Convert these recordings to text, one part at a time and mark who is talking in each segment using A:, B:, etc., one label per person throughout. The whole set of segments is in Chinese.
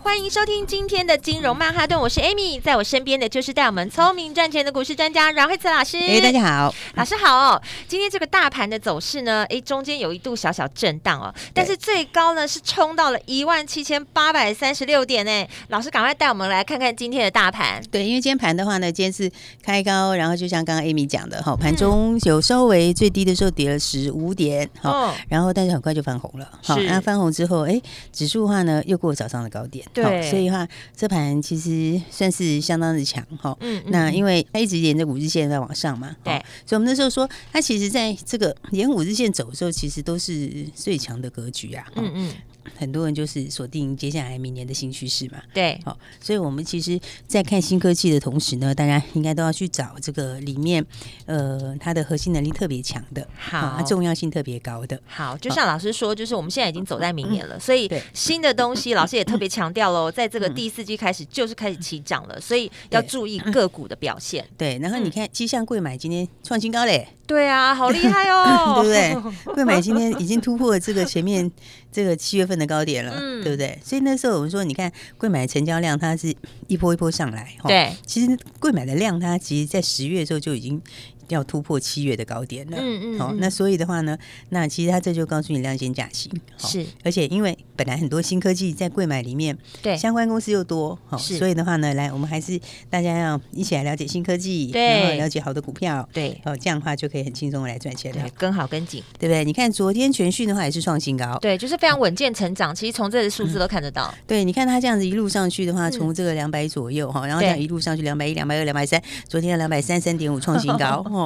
A: 欢迎收听今天的金融曼哈顿，我是 Amy，在我身边的就是带我们聪明赚钱的股市专家阮慧慈老师。
B: 哎、大家好，
A: 老师好哦！今天这个大盘的走势呢，哎，中间有一度小小震荡哦，但是最高呢是冲到了一万七千八百三十六点呢。老师，赶快带我们来看看今天的大盘。
B: 对，因为今天盘的话呢，今天是开高，然后就像刚刚 Amy 讲
A: 嗯
B: 的哈，盘中有稍微最低的时候跌了十五点，哈、
A: 嗯，
B: 然后但是很快就翻红了，
A: 是
B: 那翻红之后，哎，指数的话呢又过早上的高点，
A: 对
B: 好所以的话这盘其实算是相当的强哈。
A: 嗯
B: 那因
A: 为
B: 为它一直沿着五日线在往上嘛，
A: 对
B: 好所以我们那时候说，它其实在这个沿五日线走的时候，其实都是最强的格局啊。好
A: 嗯嗯，
B: 很多人就是锁定接下来明年的新趋势嘛。
A: 对，
B: 好，所以我们其实，在看新科技的同时呢，大家应该都要去找这个里面，呃，它的核心能力特别强的，啊
A: 好
B: 它，重要性特别高的。
A: 好，就像老师说，就是我们现在已经走在明年了，所以
B: 啊嗯对嗯
A: 新的东西，老师也特别强调喽，在这个第四季开始就是开始起涨了，所以要
B: 对嗯
A: 注意个股的表现。
B: 对，然后
A: 嗯
B: 你看，其实像贵买今天创新高嘞，
A: 对啊，好厉害哦，
B: 对不对？贵买今天已经突破了这个前面这个七月份的高点了，
A: 嗯
B: 对不对？所以那时候我们说，你看贵买成交量它是一波一波上来，哈
A: 对，
B: 其实贵买的量它其实在十月的时候就已经要突破七月的高点了，
A: 嗯嗯
B: 好、
A: 嗯
B: 那所以的话呢，那其实它这就告诉你量减价行，好
A: 是
B: 而且因为本来很多新科技在贵买里面，
A: 对
B: 相关公司又多，好、
A: 是
B: 所以的话呢，来我们还是大家要一起来了解新科技，
A: 对
B: 然后了解好的股票，
A: 对
B: 哦，这样的话就可以很轻松的来赚钱了，
A: 对，跟好跟紧，
B: 对不对？你看昨天全讯的话也是创新高，
A: 对，就是非常稳健成长。其实从这些数
B: 嗯
A: 字都看得到，
B: 对，你看它这样子一路上去的话，
A: 嗯
B: 从这个两百左右哈，然后这样
A: 对
B: 一路上去两百一、两百二、两百三，昨天两百三三点五创新 高哦。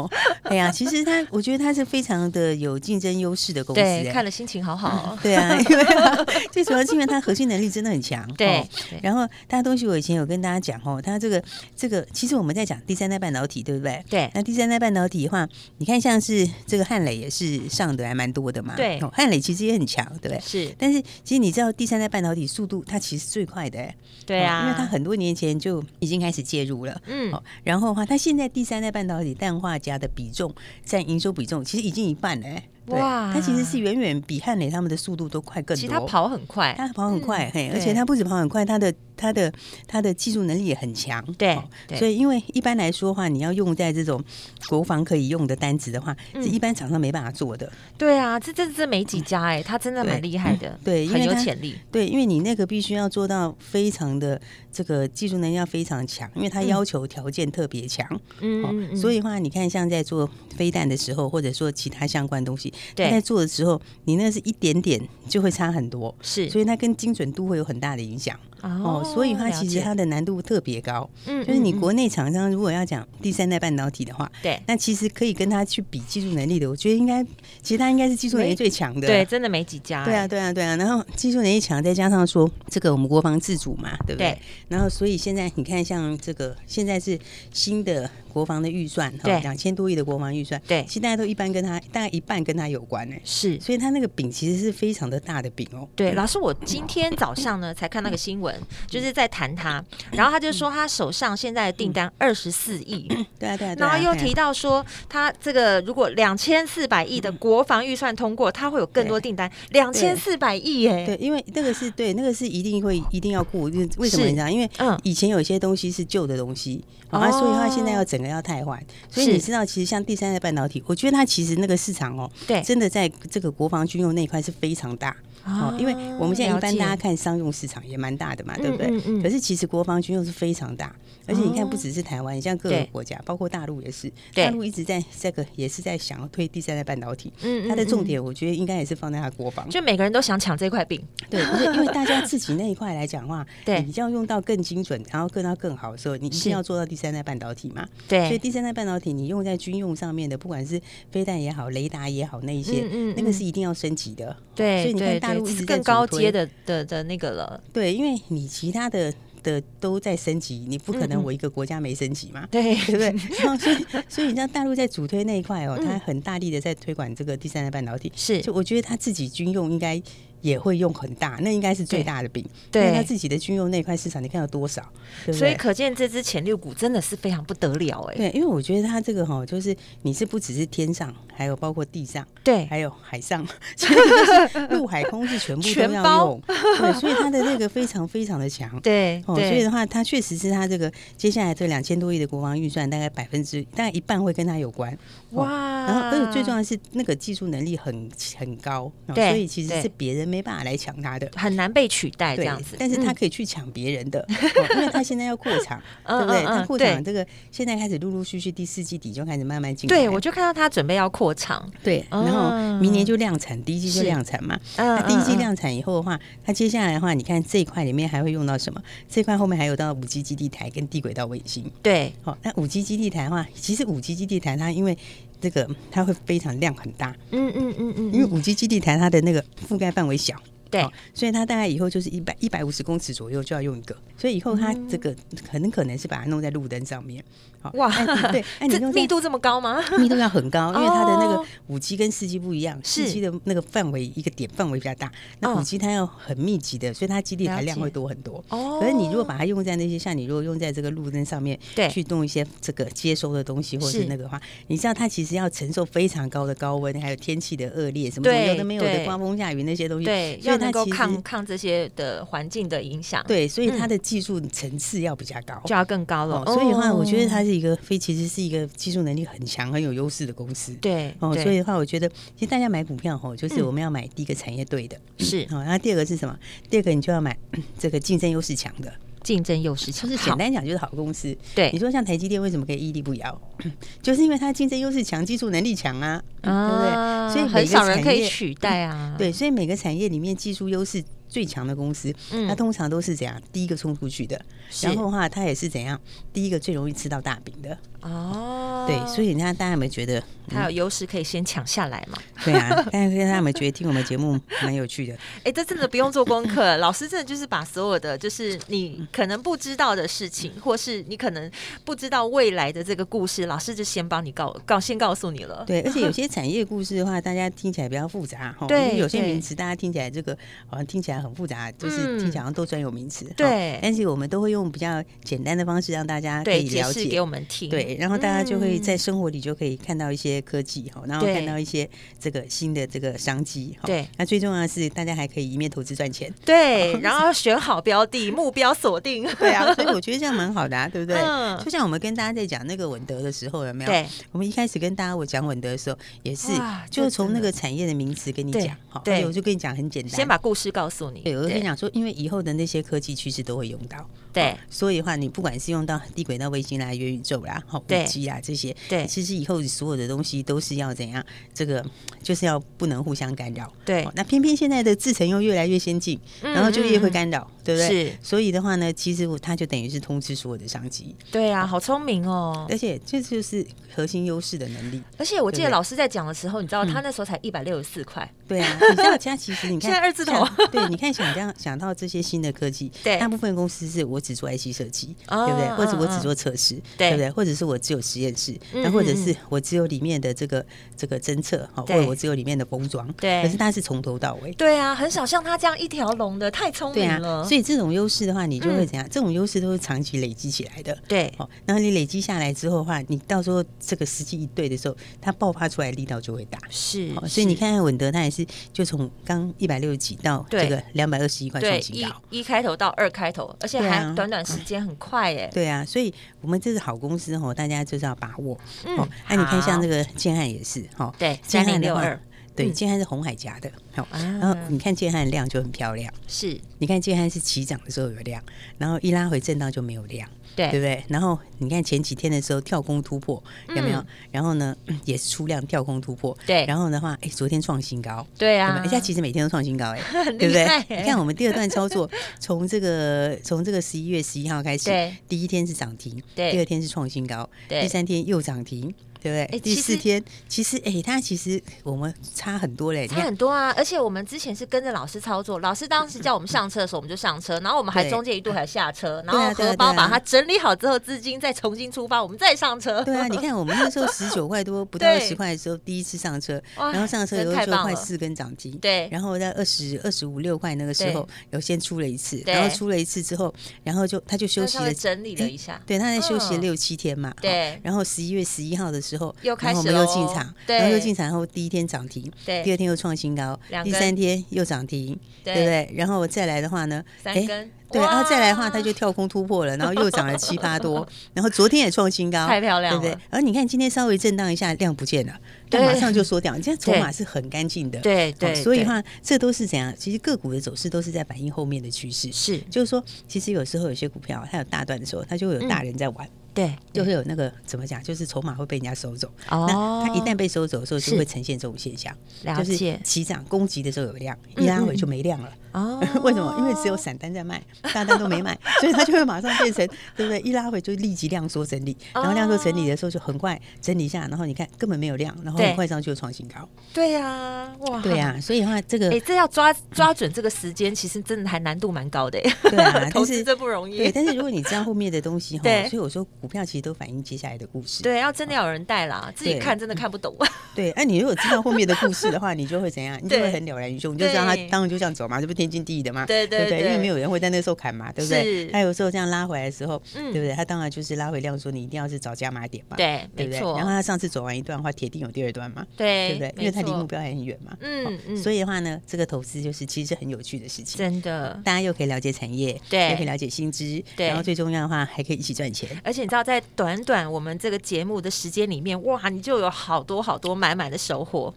B: 哎呀，其实它，我觉得它是非常的有竞争优势的公司。
A: 对，
B: 哎
A: 看了心情好好哦。
B: 对啊，因为它最主要是因为它核心能力真的很强。
A: 对
B: 哦，
A: 对
B: 然后它的东西我以前有跟大家讲哦，它这个这个，其实我们在讲第三代半导体，对不对？
A: 对，
B: 那第三代半导体的话，你看像是这个汉磊也是上的还蛮多的嘛。
A: 对
B: 哦汉磊其实也很强，对不对？
A: 是，
B: 但是其实你知道第三代半导体速度它其实最快的、哎
A: 对啊，
B: 因为它很多年前就已经开始介入了。
A: 嗯
B: 哦，然后的话，它现在第三代半导体氮化镓的比重占营收比重其实已经一半了、哎对
A: 哇
B: 它其实是远远比汉磊他们的速度都快更多。
A: 其实它，跑很快，
B: 它跑很快，嘿，
A: 对
B: 而且它不止跑很快，它的它的它的技术能力也很强。
A: 对
B: 哦
A: 对
B: 所以因为一般来说的话，你要用在这种国防可以用的单子的话，
A: 嗯
B: 是一般厂商没办法做的。
A: 对啊，这这这没几家哎，它真的蛮
B: 对
A: 厉害的，
B: 对因
A: 很
B: 为
A: 有
B: 它
A: 潜力，
B: 对，因为你那个必须要做到非常的这个技术能力要非常强，因为它
A: 嗯
B: 要求条件特别强。
A: 嗯嗯
B: 哦，
A: 嗯
B: 所以的话，你看像在做飞弹的时候，或者说其他相关东西，它
A: 对
B: 在做的时候，你那是一点点就会差很多，
A: 是
B: 所以它跟精准度会有很大的影响哦。所以它其实它的难度特别高，
A: 嗯
B: 就是你
A: 嗯嗯
B: 国内厂商如果要讲第三代半导体的话，
A: 对
B: 那其实可以跟它去比技术能力的，我觉得应该其实它应该是技术能力
A: 没
B: 最强的，
A: 对，真的没几家，欸
B: 对啊，，对啊，对啊。然后技术能力强，再加上说这个我们国防自主嘛，对不对？
A: 对
B: 然后所以现在你看，像这个现在是新的国防的预算，
A: 对
B: 两千多亿的国防预算，
A: 对
B: 其实大家都一般跟它大概一半跟它有关呢、
A: 是。
B: 所以它那个饼其实是非常的大的饼哦。
A: 对，老师，我今天早上呢才
B: 嗯
A: 看那个新闻，就是在谈他，然后他就说他手上现在的订单二十四亿，
B: 嗯对啊，对啊，对
A: 然
B: 啊
A: 后又
B: 对啊
A: 提到说他这个如果两千四百亿的
B: 嗯
A: 国防预算通过，他会有更多订单，两千四百亿耶，
B: 对，因为那个是对，那个是一定会一定要过，因为为什么
A: 是
B: 你知道？因为
A: 嗯
B: 以前有些东西是旧的东西，好啊，
A: 哦
B: 所以它现在要整个要汰换。所以你
A: 是
B: 知道，其实像第三代半导体，我觉得它其实那个市场哦，
A: 对
B: 真的在这个国防军用那一块是非常大哦，因为我们现在一般大家看商用市场也蛮大的嘛，对不
A: 嗯嗯嗯
B: 对？可是其实国防军用是非常大，而且你看
A: 哦
B: 不只是台湾，像各个
A: 对
B: 国家，包括大陆也是，
A: 对
B: 大陆一直在这个也是在想要推第三代半导体，
A: 嗯嗯
B: 它的重
A: 嗯
B: 点我觉得应该也是放在它国防。
A: 就每个人都想抢这块饼，
B: 对，不是因为大家自己那一块来讲的话，
A: 对
B: 你要用到更精准，然后更到更好的时候，你一
A: 是
B: 定要做到第三代半导体嘛。所以
A: 对，
B: 第三代半导体，你用在军用上面的，不管是飞弹也好、雷达也好，那一些，
A: 嗯嗯
B: 那个是一定要升级的。
A: 对
B: 所以你
A: 对
B: 看大大陆一直在
A: 更高
B: 主
A: 阶
B: 推
A: 的的的那个了，
B: 对，因为你其他的的都在升级，你不可
A: 嗯
B: 能
A: 嗯
B: 我一个国家没升级嘛，
A: 对
B: 对不 对？然后哦所以所以你知道大陆在主推那一块哦，
A: 嗯
B: 它很大力的在推广这个第三代半导体，
A: 是
B: 就我觉得它自己军用应该。也会用很大，那应该是最
A: 对
B: 大的饼。
A: 对
B: 因为它自己的军用那一块市场，你看有多少？对不对
A: 所以可见这只潜六股真的是非常不得了哎、
B: 对，因为我觉得它这个哈，就是你是不只是天上，还有包括地上，
A: 对
B: 还有海上， 所以就是陆海空是全部
A: 全
B: 都要
A: 包
B: 用。对，所以它的那个非常非常的强。
A: 对
B: 哦，所以
A: 对
B: 的话，它确实是它这个接下来这两千多亿的国防预算，大概百分之大概一半会跟它有关。哦
A: 哇
B: 然后，而且最重要的是，那个技术能力很很高、哦
A: 对
B: 所以其实
A: 对
B: 是别人没办法来抢它的。
A: 很难被取代这样子，
B: 但是他可以去抢别人的、 哦因为他现在要扩厂，
A: 嗯
B: 对不对？
A: 嗯嗯
B: 他
A: 嗯
B: 扩
A: 对
B: 厂这个现在开始陆陆续续第四季底就开始慢慢进来，
A: 对我就看到他准备要扩厂，
B: 对，
A: 哦
B: 然后明年就量产，第一季就是量产嘛。
A: 嗯
B: 那第一季
A: 嗯嗯
B: 量产以后的话，它接下来的话，你看这一块里面还会用到什么？这一块后面还有到五 G 基地台跟低轨道卫星。
A: 对
B: 好、那五 G 基地台的话，其实五 G 基地台它因为这个它会非常量很大，
A: 嗯嗯嗯嗯，
B: 因为
A: 嗯
B: 五 G 基地台它的那个覆盖范围小。
A: 对
B: 哦所以它大概以后就是一百一百五十公尺左右就要用一个，所以以
A: 嗯
B: 后它这个很可能是把它弄在路灯上面。好
A: 哇
B: 哎 对，哎，你
A: 这
B: 用在
A: 密度这么高 吗？
B: 密度要很高，因为它的那
A: 哦
B: 个五 G 跟四 G 不一样，
A: 是
B: 四 G 的那个范围一个点范围比较大，那
A: 嗯
B: 五 G 它要很密集的，所以它基地台量
A: 了解
B: 会多很多。
A: 哦
B: 可是你如果把它用在那些像你如果用在这个路灯上面，
A: 对
B: 去弄一些这个接收的东西或者
A: 是
B: 是那个的话，你知道它其实要承受非常高的高温，还有天气的恶劣，什么
A: 对
B: 有的没有
A: 对
B: 的，刮风下雨那些东西，
A: 对，
B: 所
A: 要
B: 以它
A: 能够
B: 其实
A: 抗抗这些的环境的影响，，
B: 对，所以它
A: 嗯
B: 的技术层次要比较高。
A: 就要更高了
B: 哦。，所以的话，我觉得
A: 哦
B: 它是一个非，其实是一个技术能力很强、很有优势的公司。
A: 对
B: 哦，
A: 对
B: 所以的话，我觉得其实大家买股票吼，就是
A: 嗯
B: 我们要买第一个产业对的，
A: 是
B: 好、然后第二个是什么？第二个你就要买 这个竞争优势强的，
A: 竞争优势
B: 就
A: 强，
B: 是简
A: 好
B: 单讲就是好公司。你
A: 对
B: 说像台积电为什么可以屹立不摇？ 就是因为它竞争优势强，技术能力强啊，
A: 啊
B: 对不对？所以每
A: 很
B: 个
A: 少人
B: 产
A: 可以
B: 业
A: 取代啊。
B: 对，所以每个产业里面技术优势最强的公司，
A: 嗯
B: 它通常都是怎样第一个冲出去的，
A: 是
B: 然后的话，它也是怎样第一个最容易吃到大饼的。
A: 哦，
B: 对，所
A: 以
B: 以你看大家有没有觉得？
A: 它有优势可以先抢下来嘛。
B: 对啊，大家大家有没有觉得听我们节目蛮有趣的？
A: 哎、这真的不用做功课， 老师真的就是把所有的，就是你可能不知道的事情，或是你可能不知道未来的这个故事，老师就先帮你告告先告诉你 了。
B: 对，而且有些产业故事的话，大家听起来比较复杂哈。
A: 对
B: 因为有些
A: 对
B: 名词大家听起来这个好像听起来很复杂，就是
A: 嗯
B: 听起来好像都专有名词。
A: 对
B: 齁但是我们都会用比较简单的方式让大家可
A: 对，
B: 以
A: 解
B: 了
A: 释
B: 解。
A: 给我们听。
B: 对，然后大家就会在
A: 嗯
B: 生活里就可以看到一些科技哈，齁然后
A: 对
B: 看到一些这个新的这个商机哈。齁
A: 对，
B: 那最重要的是大家还可以一面投资赚钱。
A: 对，然后选好标的，目标锁定。
B: 对啊，所以我觉得这样蛮好的啊，对不对
A: 嗯？
B: 就像我们跟大家在讲那个稳德的时候，有没有？
A: 对，
B: 我们一开始跟大家我讲稳德的时候，也是
A: 哇
B: 就
A: 这
B: 是从
A: 真
B: 那
A: 的
B: 个产业的名词跟你
A: 对
B: 讲，好，
A: 对
B: 而且我就跟你讲很简单，
A: 先把故事告诉你。
B: 对，我就跟你讲说，因为以后的那些科技趋势都会用到，
A: 对
B: 所以的话，你不管是用到低轨道卫星啦、元宇宙啦、好
A: 对
B: 五 G 啊这些，
A: 对
B: 其实以后所有的东西都是要怎样，这个就是要不能互相干扰。
A: 对
B: 哦那偏偏现在的制程又越来越先进，
A: 嗯
B: 然后就越会
A: 嗯嗯
B: 干扰，对不对？
A: 是
B: 所以的话呢，其实我它就等于是通知所有的商机，
A: 对啊，好聪明哦！
B: 而且这就是核心优势的 能力。
A: 而且我记得
B: 对嗯
A: 老师在讲的时候，你知道他那时候才一百六十四块，
B: 对啊，你知道，其他其实你
A: 现
B: 看
A: 在二字头
B: 像对，你看想这样想到这些新的科技，
A: 对
B: 大部分公司是我只做 IC 设计，
A: 哦
B: 对不对？或者我
A: 嗯
B: 只
A: 嗯
B: 做测试，
A: 对
B: 不对？或者是我只有实验室，
A: 嗯
B: 那或者
A: 嗯嗯
B: 是我只有里面的这个这个侦测，好，或
A: 对
B: 者我只有里面的封装，
A: 对
B: 可是它是从头到尾。
A: 对啊，很少像他这样一条龙的，太聪
B: 对
A: 明
B: 啊
A: 了。，
B: 所以这种优势的话，你就会
A: 嗯
B: 怎样？这种优势都是长期累积起来的。
A: 对
B: 哦，然后你累积下来之后的话，你到时候这个时机一对的时候，它爆发出来的力道就会大。
A: 是
B: 哦，所以你看看稳德，它也是就从刚一百六十几到
A: 对
B: 这个两百二十一块
A: 对
B: 创新
A: 一
B: 高。
A: 一开头到二开头，而且
B: 啊对
A: 还
B: 啊
A: 短短时间很快耶。
B: 对啊，所以我们这是好公司哦，大家就是要把握。
A: 嗯
B: 哦，那、你看像
A: 好
B: 这个建汉也是哦，
A: 对
B: 建汉的
A: 3062
B: 话，对，
A: 嗯
B: 建汉是红海家的，好、
A: 啊
B: 然后你看建汉的量就很漂亮。
A: 是
B: 你看建汉是起涨的时候有量，然后一拉回震荡就没有量，
A: 对
B: 对
A: 啊嗯
B: 不对？然后你看前几天的时候跳空突破有没有？然后呢 嗯也是出量跳空突破，
A: 对
B: 然后的话，哎，昨天创新高，
A: 对
B: 对吧
A: 啊，
B: 人家其实每天都创新 高哎、
A: 很
B: 对不
A: 厉害
B: 对？
A: 欸
B: 你看我们第二段操作， 从这个从这个十一月十一号开始
A: 对，
B: 第一天是涨停，
A: 对
B: 第二天是创新高，
A: 对
B: 第三天又涨停，对不对？
A: 哎
B: 第
A: 其
B: 四
A: 实
B: 天，其实哎，它其实我们差很多嘞。你
A: 差
B: 看，
A: 很多啊！而且我们之前是跟着老师操作，老师当时叫我们上车的时候，我们就上车，然后我们还
B: 对
A: 中间一度还下车，然
B: 对啊
A: 后
B: 对啊
A: 荷包
B: 对啊
A: 把它整理好之后，资金再重新出发，我们再上车。
B: 对啊，你看我们那时候十九块多，不到 二
A: 对
B: 十块的时候，第一次上车，
A: 哇
B: 然后上车以
A: 真
B: 后
A: 太
B: 做
A: 棒
B: 快
A: 了
B: 四根涨停，
A: 对
B: 然后在二十二十五六块那个时候有先出了一次，
A: 对
B: 然后出了一次之后，然后就他就休
A: 就
B: 息
A: 稍
B: 了
A: 微，整理了一下，
B: 对，他在休息了
A: 嗯
B: 六七天嘛，
A: 对
B: 然后十一月十一号的时候，
A: 又开
B: 然后我
A: 始
B: 们又
A: 咯
B: 进场，
A: 对
B: 然后又进场后第一天涨停，
A: 对
B: 第二天又创新高
A: 两，
B: 第
A: 根
B: 三天又涨停，对
A: 对
B: 不对？然后再来的话呢，
A: 三
B: 哎
A: 根
B: 对，然后再来的话，
A: 哇
B: 它就跳空突破了，然后又涨了七八 多，然后昨天也创新高，
A: 太漂亮了
B: 对不对？而你看今天稍微震荡一下，量不见了，但
A: 对
B: 马上就缩掉，你现在筹码是很干净的，
A: 对
B: 好
A: 对
B: 哦所以
A: 对
B: 的话，这都是怎样？其实个股的走势都是在反映后面的趋势，
A: 是
B: 就是说，其实有时候有些股票它有大段的时候，它就会有大人在玩。
A: 嗯对，
B: 就会有那个怎么讲，就是筹码会被人家收走。
A: 哦
B: 那它一旦被收走的时候，
A: 是
B: 就会呈现这种现象，
A: 了
B: 就是
A: 解
B: 起涨攻击的时候有量，
A: 嗯
B: 一拉回就没量了。
A: 哦
B: 为什么？因为只有散单在卖，大单都没卖，所以它就会马上变成，对不对？一拉回就立即量缩整理，
A: 哦
B: 然后量缩整理的时候就很快整理一下，然后你看根本没有量，然后
A: 对
B: 很快上去就创新高。
A: 对啊，哇，
B: 对啊，所以的话这个
A: 哎、这要抓抓准这个时间，其实真的还难度蛮高的耶。
B: 对啊，
A: 投
B: 但
A: 资
B: 是
A: 真不容易。
B: 对，但是如果你知道后面的 东西
A: 对
B: 哈，所以我说股票其实都反映接下来的故事。
A: 对，要真的要有人带啦，自己
B: 对嗯
A: 看真的看不懂。
B: 对，哎、你如果知道后面的故事的话，你就会怎样？你就
A: 对
B: 会很了然于胸，你就知道他
A: 对
B: 当然就这样走嘛，这不天经地义的嘛，
A: 对对
B: 不对？因为
A: 对
B: 没有人会在那时候砍嘛，对不
A: 是
B: 对？他有时候这样拉回来的时候，
A: 嗯
B: 对不对？他当然就是拉回量说，你一定要是找加码点 嘛，
A: 对
B: 对不
A: 没
B: 对？
A: 错
B: 然后他上次走完一段的话，铁定有第二段嘛，
A: 对
B: 对不对？因
A: 没
B: 为他离
A: 错
B: 目标还很远嘛，
A: 嗯嗯，
B: 所
A: 以
B: 以的话呢，这个投资就是其实是很有趣的事情。
A: 真的。
B: 大家又可以了解产业，
A: 对
B: 又可以了解薪资，
A: 对
B: 然后最重要的话还可以一起赚钱。
A: 而且你知道，在短短我们这个节目的时间里面，哇，你就有好多好多满满的收 获。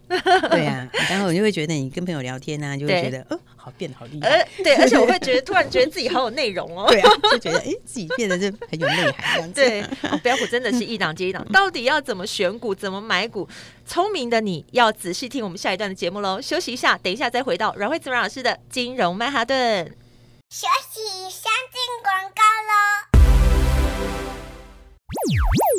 B: 对啊，然后我就会觉得你跟朋友聊天啊，就会
A: 对
B: 觉得，哦，好变得好厉害。
A: 呃，对，而且我会觉得突然觉得自己好有内容哦。
B: 对啊，就觉得哎、诶自己变得是很有内涵这样子。
A: 对，哦标股真的是一档接一档，到底要怎么选股，怎么买股？聪明的你要仔细听我们下一段的节目喽。休息一下，等一下再回到阮慧子阮老师的金融曼哈顿。
C: 学习相进广告喽。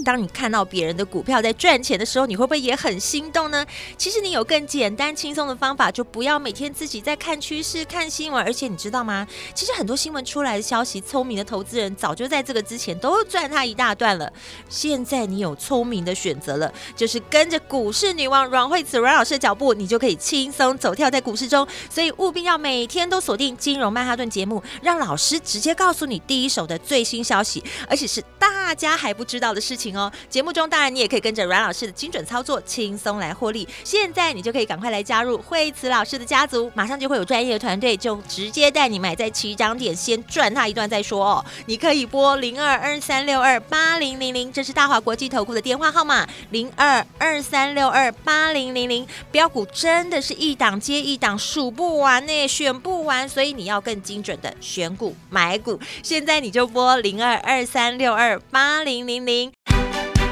A: 当你看到别人的股票在赚钱的时候，你会不会也很心动呢？其实你有更简单轻松的方法，就不要每天自己在看趋势、看新闻。而且你知道吗？其实很多新闻出来的消息，聪明的投资人早就在这个之前都赚他一大段了。现在你有聪明的选择了，就是跟着股市女王阮慧慈阮老师的脚步，你就可以轻松走跳在股市中。所以务必要每天都锁定《金融曼哈顿》节目，让老师直接告诉你第一手的最新消息，而且是大家还不知道的事情哦。节目中当然你也可以跟着阮老师的精准操作，轻松来获利。现在你就可以赶快来加入惠慈老师的家族，马上就会有专业的团队，就直接带你买在起涨点，先赚它一段再说哦。你可以拨零二二三六二八零零零，这是大华国际投顾的电话号码，零二二三六二八零零零。标股真的是一档接一档，数不完呢，选不完，所以你要更精准的选股买股。现在你就拨零二二三六二八零零零。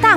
D: 大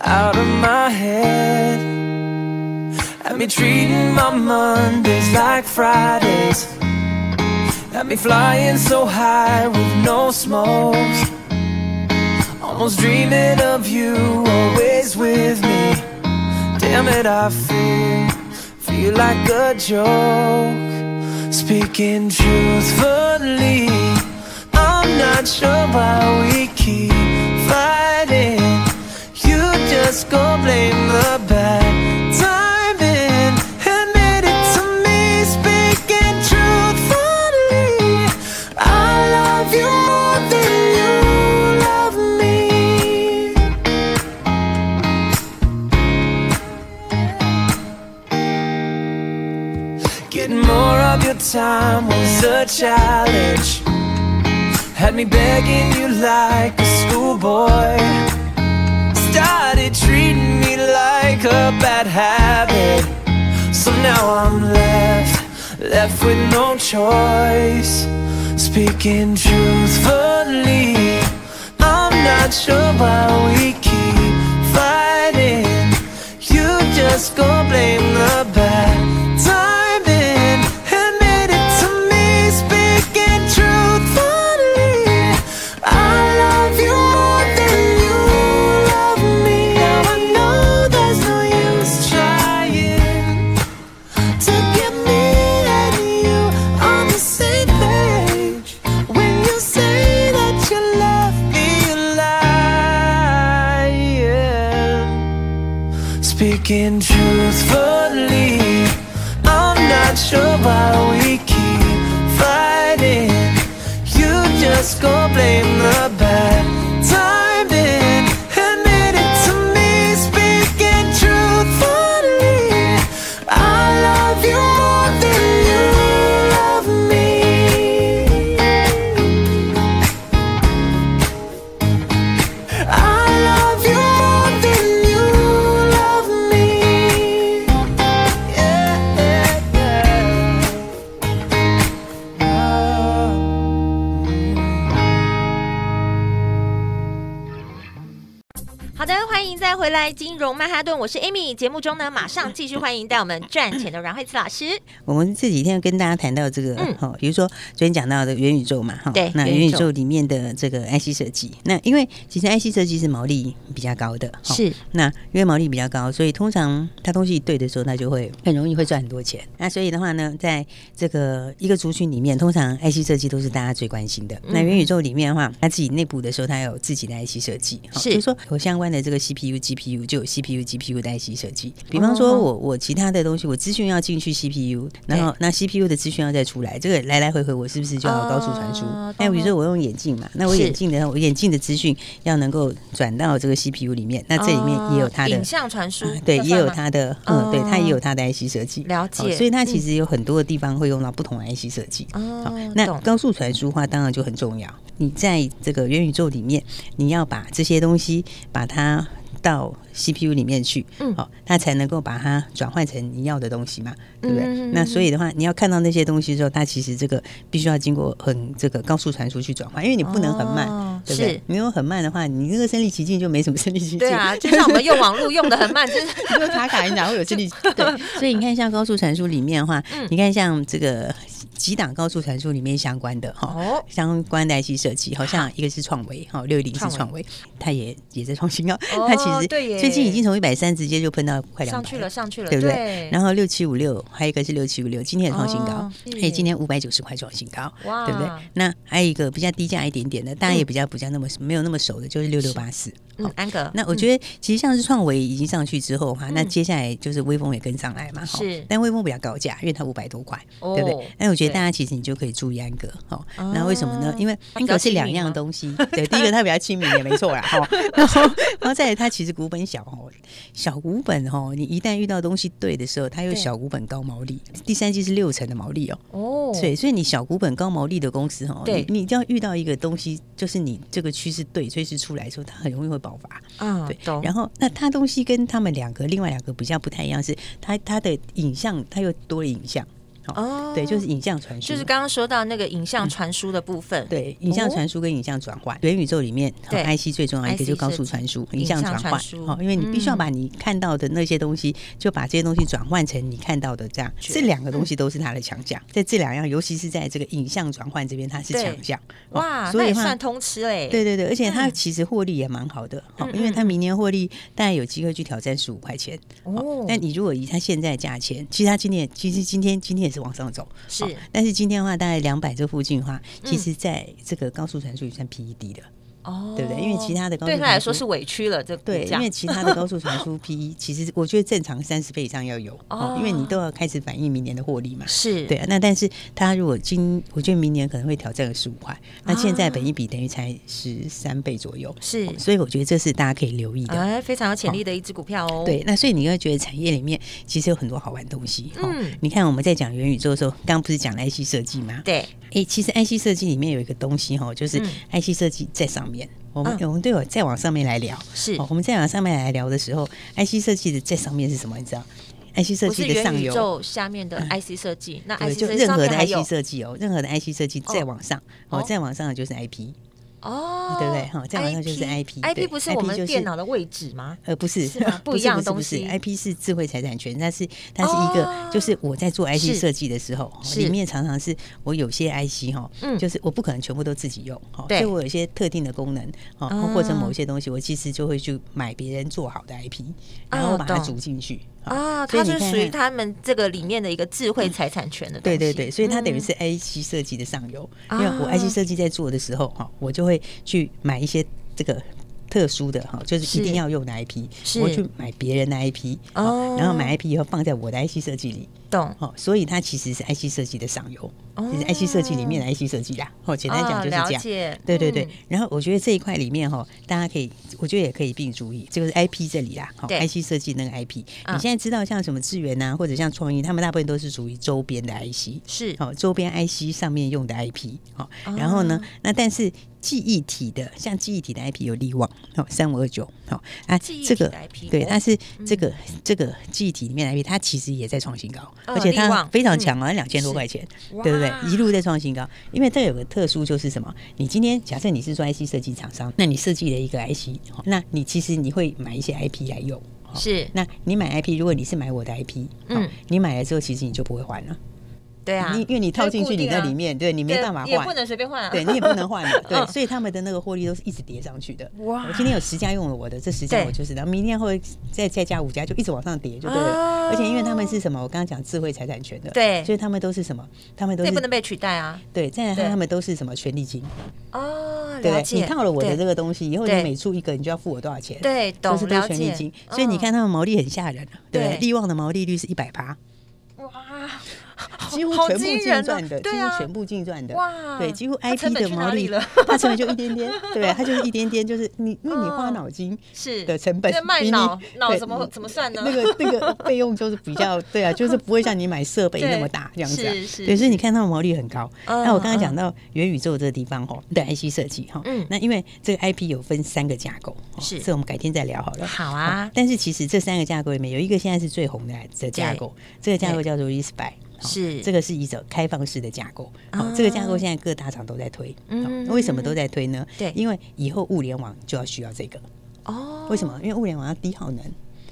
E: out of my head. Had me treating my Mondays like Fridays. Had me flying so high with no smokes. Almost dreaming of you always with me. Damn it, I feel, feel like a joke. Speaking truthfully, I'm not sure why we keep fighting. You just go blame the bad timing Admit it to me, speaking truthfully I love you more than you love me Getting more of your time was a challenge Had me begging you like a schoolboy started treating me like a bad habit. So now I'm left, left with no choice. Speaking truthfully, I'm not sure why we keep fighting. You just go blame the bad timing. Admit it to me, speaking truthfully. I love you more than you love me. Now I know there's no use trying to get me and you on the same page. When you say that you love me, you're lying. Speaking truthfully, I'm not sure why we keep fighting. You just go blame the bad timing. Admit it to me, speaking truthfully. I love you more than you love me. I love you more than you love me. Yeah, yeah, yeah. Oh.
A: 好的，欢迎再回来《金融曼哈顿》，我是 Amy。节目中呢，马上继续欢迎带我们赚钱的阮慧慈老师。
B: 我们这几天跟大家谈到这个，
A: 嗯
B: 哈、比如说昨天讲到的元宇宙嘛，哈，
A: 对
B: 那
A: 元宇
B: 元宇
A: 宙
B: 宙里面的这个 IC 设计，那因为其实 IC 设计是毛利比较高的，哈，那因为毛利比较高，所以通常它东西对的时候，它就会很容易会赚很多钱。那所以的话呢，在这个一个族群里面，通常 IC 设计都是大家最关心的。那元宇宙里面的话，它自己内部的时候，它有自己的 IC 设计，好
A: 是
B: 就是说有相关的这个 CPU、GPU 就有 CPU、GPU 的 IC 设计。比方
A: 哦
B: 说我我其他的东西，我资讯要进去 CPU，然后那 CPU 的资讯要再出来，这个来来回回，我是不是就要高速传输
A: 哦？
B: 那比
A: 懂
B: 如说我用眼镜嘛，那我
A: 是
B: 眼镜的我眼镜的资讯要能够转到这个 CPU 里面，那这里面也有它的
A: 啊呃影像传输
B: 啊，对，
A: 这
B: 也
A: 算
B: 有
A: 吗
B: 它的，嗯，对，它也有
A: 哦
B: 它的 IC 设计，
A: 了
B: 好
A: 解嗯
B: 所以它其实有很多的地方会用到不同的 IC 设计。好
A: 哦，
B: 那
A: 懂
B: 高速传输化当然就很重要。你在这个元宇宙里面，你要把这些东西把它到 CPU 里面去，
A: 嗯
B: 好、它才能够把它转换成你要的东西嘛，对不对？
A: 嗯嗯嗯
B: 那所以的话，你要看到那些东西之后，它其实这个必须要经过很这个高速传输去转换，因为你不能很慢，
A: 哦
B: 对不对
A: 是？
B: 你有很慢的话，你那个身临其境就没什么身临其境，
A: 对啊，就像我们用网络用的很 慢，就是
B: 你有卡卡，你哪会有这力？对，所以你看，像高速传输里面 的话，
A: 嗯
B: 你看像这个几档高速传输里面相关的哈。
A: 哦，
B: 相关的 IC 设计，好像一个是创维，哈，六零是
A: 创维
B: 创维，它也也在创新高，
A: 哦
B: 它其实
A: 对耶
B: 最近已经从一百三直接就喷到快两
A: 上
B: 百
A: 去了，，上去了，
B: 对不
A: 对
B: 对？？然后六七五六，还有一个是六七五六，今天也创新
A: 哦
B: 高，
A: 是
B: 哎，今天五百九十块创新高，
A: 哇
B: 对不对？那还有一个比较低价一点点的，大家也比较比较那么没有那么熟的，就是六六八四，
A: 嗯，安格，
B: 那我
A: 得
B: 觉得其实像是创维已经上去之后哈、那
A: 嗯
B: 接下来就是微风也跟上来嘛，哈
A: 是
B: 但微风比较高价，因为它五百多块，
A: 哦啊
B: 对不对？但我觉觉得大家其实你就可以住安格哦。那为什么呢？因为
A: 它比
B: 安
A: 较
B: 格是
A: 亲民
B: 两样
A: 吗
B: 东西，对，第一个它比较亲民也没错啦 哈。然后，然后再来它其实股本小哦，小股本哦，你一旦遇到东西对的时候，它又
A: 对
B: 小股本高毛利。第三季是六成的毛利哦，
A: 哦，
B: 对，所以你小股本高毛利的公司哦，
A: 对
B: 你你一定要遇到一个东西，就是你这个趋势对趋势出来的时候，它很容易会爆发。
A: 啊，
B: 对，
A: 懂，
B: 然后那它东西跟他们两个另外两个比较不太一样，是它它的影像它又多了影像，
A: 哦
B: 对，就是影像传输，
A: 就是刚刚说到那个影像传输的部分，
B: 对影像传输跟影像转换，元宇宙里面哦
A: 对
B: IC 最重要一
A: IC
B: 个就是高速
A: 设计
B: 传输、
A: 影
B: 影像
A: 像
B: 转
A: 传
B: 换
A: 输，
B: 哦，因为你必须要
A: 嗯
B: 把你看到的那些东西，就把这些东西转换成你看到的这样，
A: 觉
B: 这两个东西都是它的强项，在这两样，尤其是在这个影像转换这边，它是
A: 对
B: 强项，哦
A: 哇，
B: 所
A: 那
B: 以
A: 也
B: 的话
A: 算通吃嘞，
B: 对对对，而且它
A: 嗯
B: 其实获利也蛮好的，好、
A: 嗯
B: 因为它明年获利大概有机会去挑战十五块钱。
A: 哦
B: 哦，但你如果以它现在的价钱，其实它今年其实今天今天也是往上走，
A: 是
B: 哦但是今天的话大概两百这附近的话，
A: 嗯
B: 其实在这个高速传输也算 PE 低的，
A: 哦，
B: 对不对因为其他的高速
A: 对他来说
B: 传输
A: 是委屈了，这股
B: 对，因
A: 价
B: 为其他的高速传 输 PE 其实我觉得正常三十倍以上要有，哦，因为你都要开始反映明年的获利嘛。
A: 是
B: 对啊，那但是它如果今，我觉得明年可能会挑战十五块，那现
A: 啊
B: 在本一比等于才十三倍左右，
A: 是
B: 哦所以我觉得这是大家可以留意的。
A: 哎，非常有潜力的一只股票哦，
B: 对，那所以你会觉得产业里面其实有很多好玩的东西。哦
A: 嗯
B: 你看我们在讲元宇宙的时候，刚刚不是讲了 IC 设计吗？，
A: 对，
B: 哎，其实 IC 设计里面有一个东西哈，就是
A: 嗯
B: IC 设计在上面。我们、
A: 嗯
B: 我们都有再往上面来聊，
A: 是
B: 哦我们再往上面来聊的时候，IC 设计的在上面是什么？你知道？IC 设
A: 不是
B: 计的
A: 元
B: 上
A: 宇
B: 游。嗯
A: 宙下面的 IC 设计，那
B: 对，
A: IC
B: 就
A: 设计
B: 任
A: 上
B: 何
A: 面
B: 的
A: 还有
B: IC 设计哦，任何的 IC 设计再往上哦
A: 哦
B: 再往上的就是 IP，
A: 哦，
B: 对不对哈再往上就是 IP 对
A: IP，IP 不是我
B: IP 就
A: 们
B: 是
A: 电脑的位置吗？
B: 呃，不是，
A: 是 吗不
B: 不
A: 一样
B: 是
A: 的
B: 不是
A: 东西
B: 不是 IP 是智慧财产权，但是它是一个，
A: 哦
B: 就是我在做
A: 是
B: IC 设计的时候，哦
A: 是
B: 里面常常是我有些 IC 哈，
A: 嗯
B: 就是我不可能全部都自己用，哦，
A: 对
B: 所以我有一些特定的功能，哦，
A: 啊
B: 或者某一些东西，我其实就会去买别人做好的 IP，然后
A: 哦
B: 把它
A: 懂
B: 组进去哦
A: 啊，
B: 所以
A: 它
B: 你
A: 是
B: 看
A: 属于
B: 看嗯
A: 他们这个里面的一个智慧财产权的东
B: 对
A: 西。
B: 对对，所以它等于
A: 嗯
B: 是 IC 设计的上游，
A: 啊
B: 因为我 IC 设计在做的时候哈，我就会去买一些这个。特殊的哈，就是
A: 是
B: 一定要用的 IP，
A: 是
B: 我去买别人的 IP，
A: 哦
B: 然后买 IP 以后放在我的 IC 设计里，
A: 懂
B: 哦，所以它其实是 IC 设计的上游，
A: 哦
B: 就是 IC 设计里面的 IC 设计啦。哦，简单讲就是
A: 哦
B: 这
A: 了
B: 样。
A: 解
B: 对对对，
A: 嗯
B: 然后我觉得这一块里面哈、大家可以，我觉得也可以并注意，这个是 IP 这里啦，好、
A: 对
B: i c 设计那个 IP，、
A: 嗯
B: 你现在知道像什么智源啊，或者像创意，他们大部分都是属于周边的 IC，
A: 是
B: 好、哦周边 IC 上面用的 IP，好、
A: 哦
B: 然后呢，那但是记忆体的，像记忆体的 IP 有力旺，好、三五二九，好啊，
A: 记忆体
B: 这个
A: 的 IP
B: 对，
A: 哦
B: 但是这个、这个记忆体里面的 IP，它其实也在创新高，
A: 嗯
B: 而且
A: 力
B: 它
A: 旺
B: 非常
A: 嗯
B: 强啊，两千多
A: 是
B: 块钱，
A: 哇
B: 对不对？一路在创新高，因为这有个特殊就是什么？你今天假设你是做 IC 设计厂商，那你设计了一个 IC，哦那你其实你会买一些 IP 来用。哦
A: 是
B: 那你买 IP，如果你是买我的 IP，哦
A: 嗯
B: 你买了之后，其实你就不会换了，
A: 对啊，
B: 你因为你套进去你在里面，对
A: 你
B: 你没办法
A: 啊也不
B: 换，
A: 能随便换啊。
B: 对你也不能换 了，对，
A: 嗯
B: 所以他们的那个获利都是一直叠上去的。
A: 哇
B: 我今天有十家用了我的，这十家
A: 对
B: 我就是，然后明天会再再加五家，就一直往上叠，就对
A: 啊
B: 了。而且因为他们是什么，我刚刚讲智慧财产权的，
A: 对
B: 所以他们都是什么，他们都
A: 这
B: 是
A: 也不能被取代啊。
B: 对，再来
A: 对
B: 他们都是什么权利金，
A: 哦，
B: 对不
A: 了
B: 对？
A: 解。
B: 你套了我的
A: 个
B: 这个东西，以后你
A: 对
B: 每出一个，你就要付我多少钱？
A: 对，
B: 都
A: 懂
B: 是都
A: 了
B: 是权利金
A: 解。，嗯
B: 所以你看他们毛利很吓人啊，对不对
A: 对
B: 利旺的毛利率是一百八，
A: 嗯哇，
B: 几乎
A: 好
B: 全部
A: 惊
B: 净
A: 人哦
B: 赚的，几
A: 对啊
B: 乎全部净赚的，
A: 哇
B: 对，几乎
A: 它
B: IP
A: 成本
B: 的
A: 去
B: 毛
A: 哪里
B: 利
A: 了，
B: 它成本就一点点，对不对，它就是一点 点，就是你因为你花
A: 嗯
B: 脑筋
A: 是
B: 的成本
A: 这卖
B: 比你
A: 脑脑
B: 对
A: 怎么怎么算呢
B: 那个那个费用就是比较对啊，就是不会像你买设备那么大这样子啊
A: 是是，
B: 对，所以你看它的毛利很高。
A: 嗯
B: 那我刚才讲到元宇宙这个地方哦，对 IC 设计哈
A: 嗯，
B: 那因为这个 IP 有分三个架构，哦
A: 是
B: 这我们改天再聊好 了。
A: 好啊
B: 哦但是其实这三个架构里面有一个现在是最红的的架构，这个架构叫做 RISPY。哦
A: 是
B: 这个是一种开放式的架构，
A: 啊
B: 哦，这个架构现在各大厂都在推，
A: 嗯
B: 哦为什么都在推呢？
A: 对
B: 因为以后物联网就要需要这个，
A: 哦，
B: 为什么？因为物联网要低耗能。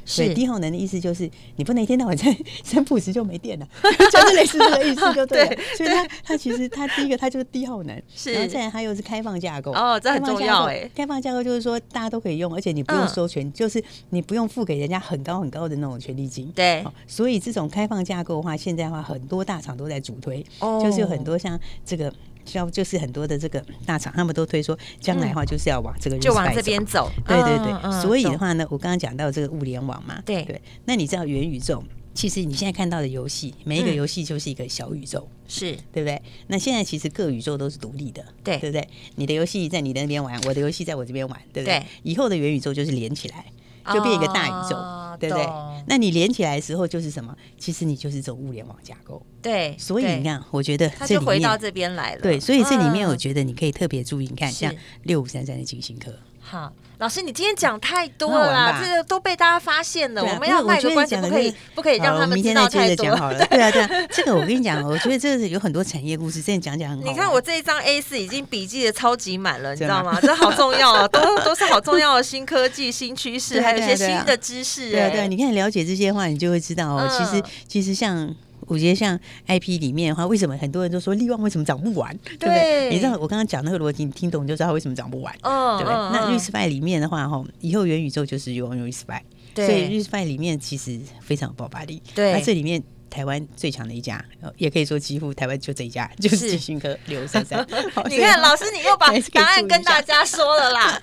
A: 是
B: 对，低耗能的意思就是你不能一天到晚在 三不五时就没 电了，就是类似这个意思就对了。所以它它其实它第一个它就是低耗能，
A: 是
B: 然后再来它又是开放架构
A: 哦这很
B: 开放
A: 重
B: 架
A: 要
B: 构
A: 欸
B: 开放架构就是说大家都可以用，而且你不用
A: 嗯
B: 收权，就是你不用付给人家很高很高的那种权利金。
A: 对
B: 哦所以这种开放架构的话，现在的话很多大厂都在主推，
A: 哦
B: 就是有很多像这个。像就是很多的这个大厂，他们都推说，将来的话就是要往这个
A: 嗯就往
B: RISC-V
A: 这边走？
B: 对对
A: 嗯嗯
B: 对，所以的
A: 懂
B: 话呢，我刚刚讲到这个物联网嘛，
A: 对
B: 对，那你知道元宇宙其实你现在看到的游戏，每一
A: 嗯
B: 个游戏就是一个小宇宙，
A: 是
B: 对不对？那现在其实各宇宙都是独立的，
A: 对
B: 对不对？你的游戏在你的那边玩，我的游戏在我这边玩，对不对？
A: 对
B: 以后的元宇宙就是连起来，就变一个大宇宙，
A: 哦
B: 对不对
A: 懂？
B: 那你连起来的时候就是什么？其实你就是走物联网架构。
A: 对，
B: 所以
A: 对
B: 你，看，我觉得
A: 他
B: 这
A: 就
B: 里
A: 回到
B: 面
A: 这边来了。
B: 对，所以这里面
A: 嗯
B: 我觉得你可以特别注意，你看
A: 是
B: 像六五三三的金星科，
A: 好，老师，你今天讲太多
B: 很好
A: 了
B: 玩
A: 啦，
B: 吧
A: 这个都被大家发现了。
B: 对啊
A: 我们要
B: 不是
A: 卖
B: 我觉
A: 个
B: 得
A: 关子，
B: 讲
A: 不
B: 的
A: 可
B: 这
A: 以
B: 个，
A: 不可以让
B: 好
A: 他
B: 我
A: 们
B: 明
A: 知
B: 天再
A: 道
B: 接
A: 太
B: 着
A: 多
B: 讲。好了。对啊，对啊，这个我跟你讲，我觉得这个有很多产业故事，真的讲讲很好玩。啊
A: 你看我这一张 A 四已经笔记的超级满了，你知
B: 真的
A: 道
B: 吗
A: 吗？这好重要 啊，都都是好重要的新科技、新趋势，
B: 对啊
A: 还有一些
B: 对啊对啊
A: 新的知识。
B: 对啊，
A: 哎
B: 对啊，你看了解这些话，你就会知道哦。其
A: 嗯
B: 实其实像。我觉得像 IP 里面的话，为什么很多人都说力旺为什么涨不完，对不
A: 对
B: 对？你知道我刚刚讲那个逻辑，你听懂你就知道它为什么涨不完，
A: 嗯
B: 对不对？
A: 嗯
B: 那
A: 嗯
B: r e s p y 里面的话，哈，以后元宇宙就是用 r e s p y
A: 对
B: 所以 r e s p y 里面其实非常有爆发力。
A: 对
B: 那这里面台湾最强的一家，呃也可以说几乎台湾就这一家， 就是
A: 是
B: 基辛科六三 三。好
A: 你
B: 所以
A: 看，老师，你又把
B: 还是哦 可以
A: 答案
B: 注意一
A: 跟
B: 下
A: 大家说了 啦，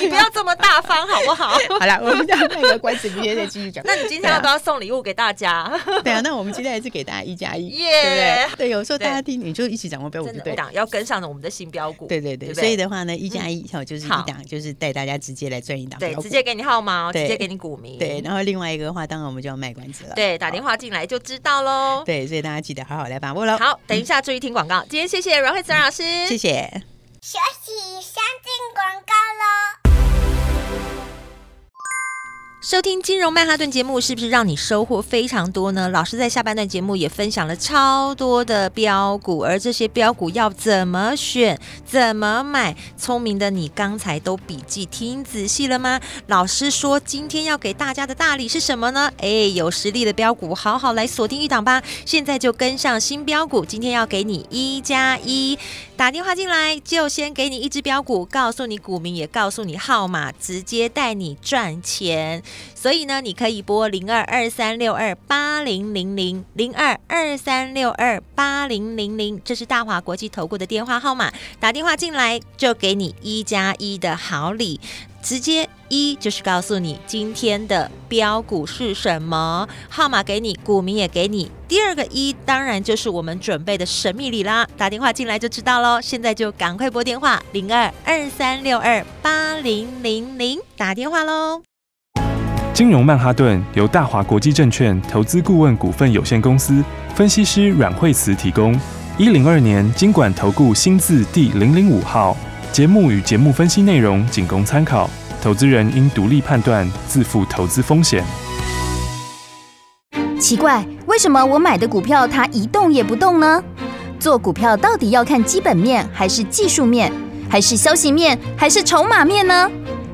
A: 你不要这么大方好不好？
B: 好了，我们要卖个关子，明天再继续 讲。
A: 那你今天要不要送礼物给大家？
B: 对啊，那我们今天还是给大家一 加一，
A: 耶
B: 对不对？对，有时候
A: 对
B: 大家听你就一起掌握标股
A: 真
B: 就
A: 的，
B: 对
A: 我
B: 了。
A: 讲要跟上我们的新标股。
B: 对对对，
A: 不嗯
B: 所以的话呢，一加一好就是一
A: 好
B: 档，就是带大家直接来赚一档标
A: 对，
B: 股，
A: 直接给你号码哦，直
B: 对
A: 接给你股民。
B: 对。然后另外一个的话，当然我们就要卖关子了。
A: 对，打电话进来就知道喽。
B: 对，所以大家记得好好来把握喽。，
A: 好，等一下注意听广告。今天谢谢阮慧慈阮老师，
B: 谢谢。
C: 学习先进广告喽。
A: 收听金融曼哈顿节目，是不是让你收获非常多呢？老师在下半段节目也分享了超多的标股，而这些标股要怎么选、怎么买，聪明的你刚才都笔记听仔细了吗？老师说今天要给大家的大礼是什么呢？哎，有实力的标股，好好来锁定一档吧，现在就跟上新标股，今天要给你一加一。打电话进来就先给你一只标股，告诉你股民，也告诉你号码，直接带你赚钱。所以呢，你可以拨零二二三六二八零零零零二二三六二八零零零，这是大华国际投顾的电话号码。打电话进来就给你一加一的好礼，直接一就是告诉你今天的标股是什么，号码给你，股民也给你。第二个一当然就是我们准备的神秘礼啦，打电话进来就知道喽。现在就赶快拨电话零二二三六二八零零零打电话喽。
F: 金融曼哈顿由大华国际证券投资顾问股份有限公司分析师阮惠慈提供。一零二年经管投顾新字第零零五号。节目与节目分析内容仅供参考，投资人应独立判断，自负投资风险。
D: 奇怪，为什么我买的股票它一动也不动呢？做股票到底要看基本面，还是技术面，还是消息面，还是筹码面呢？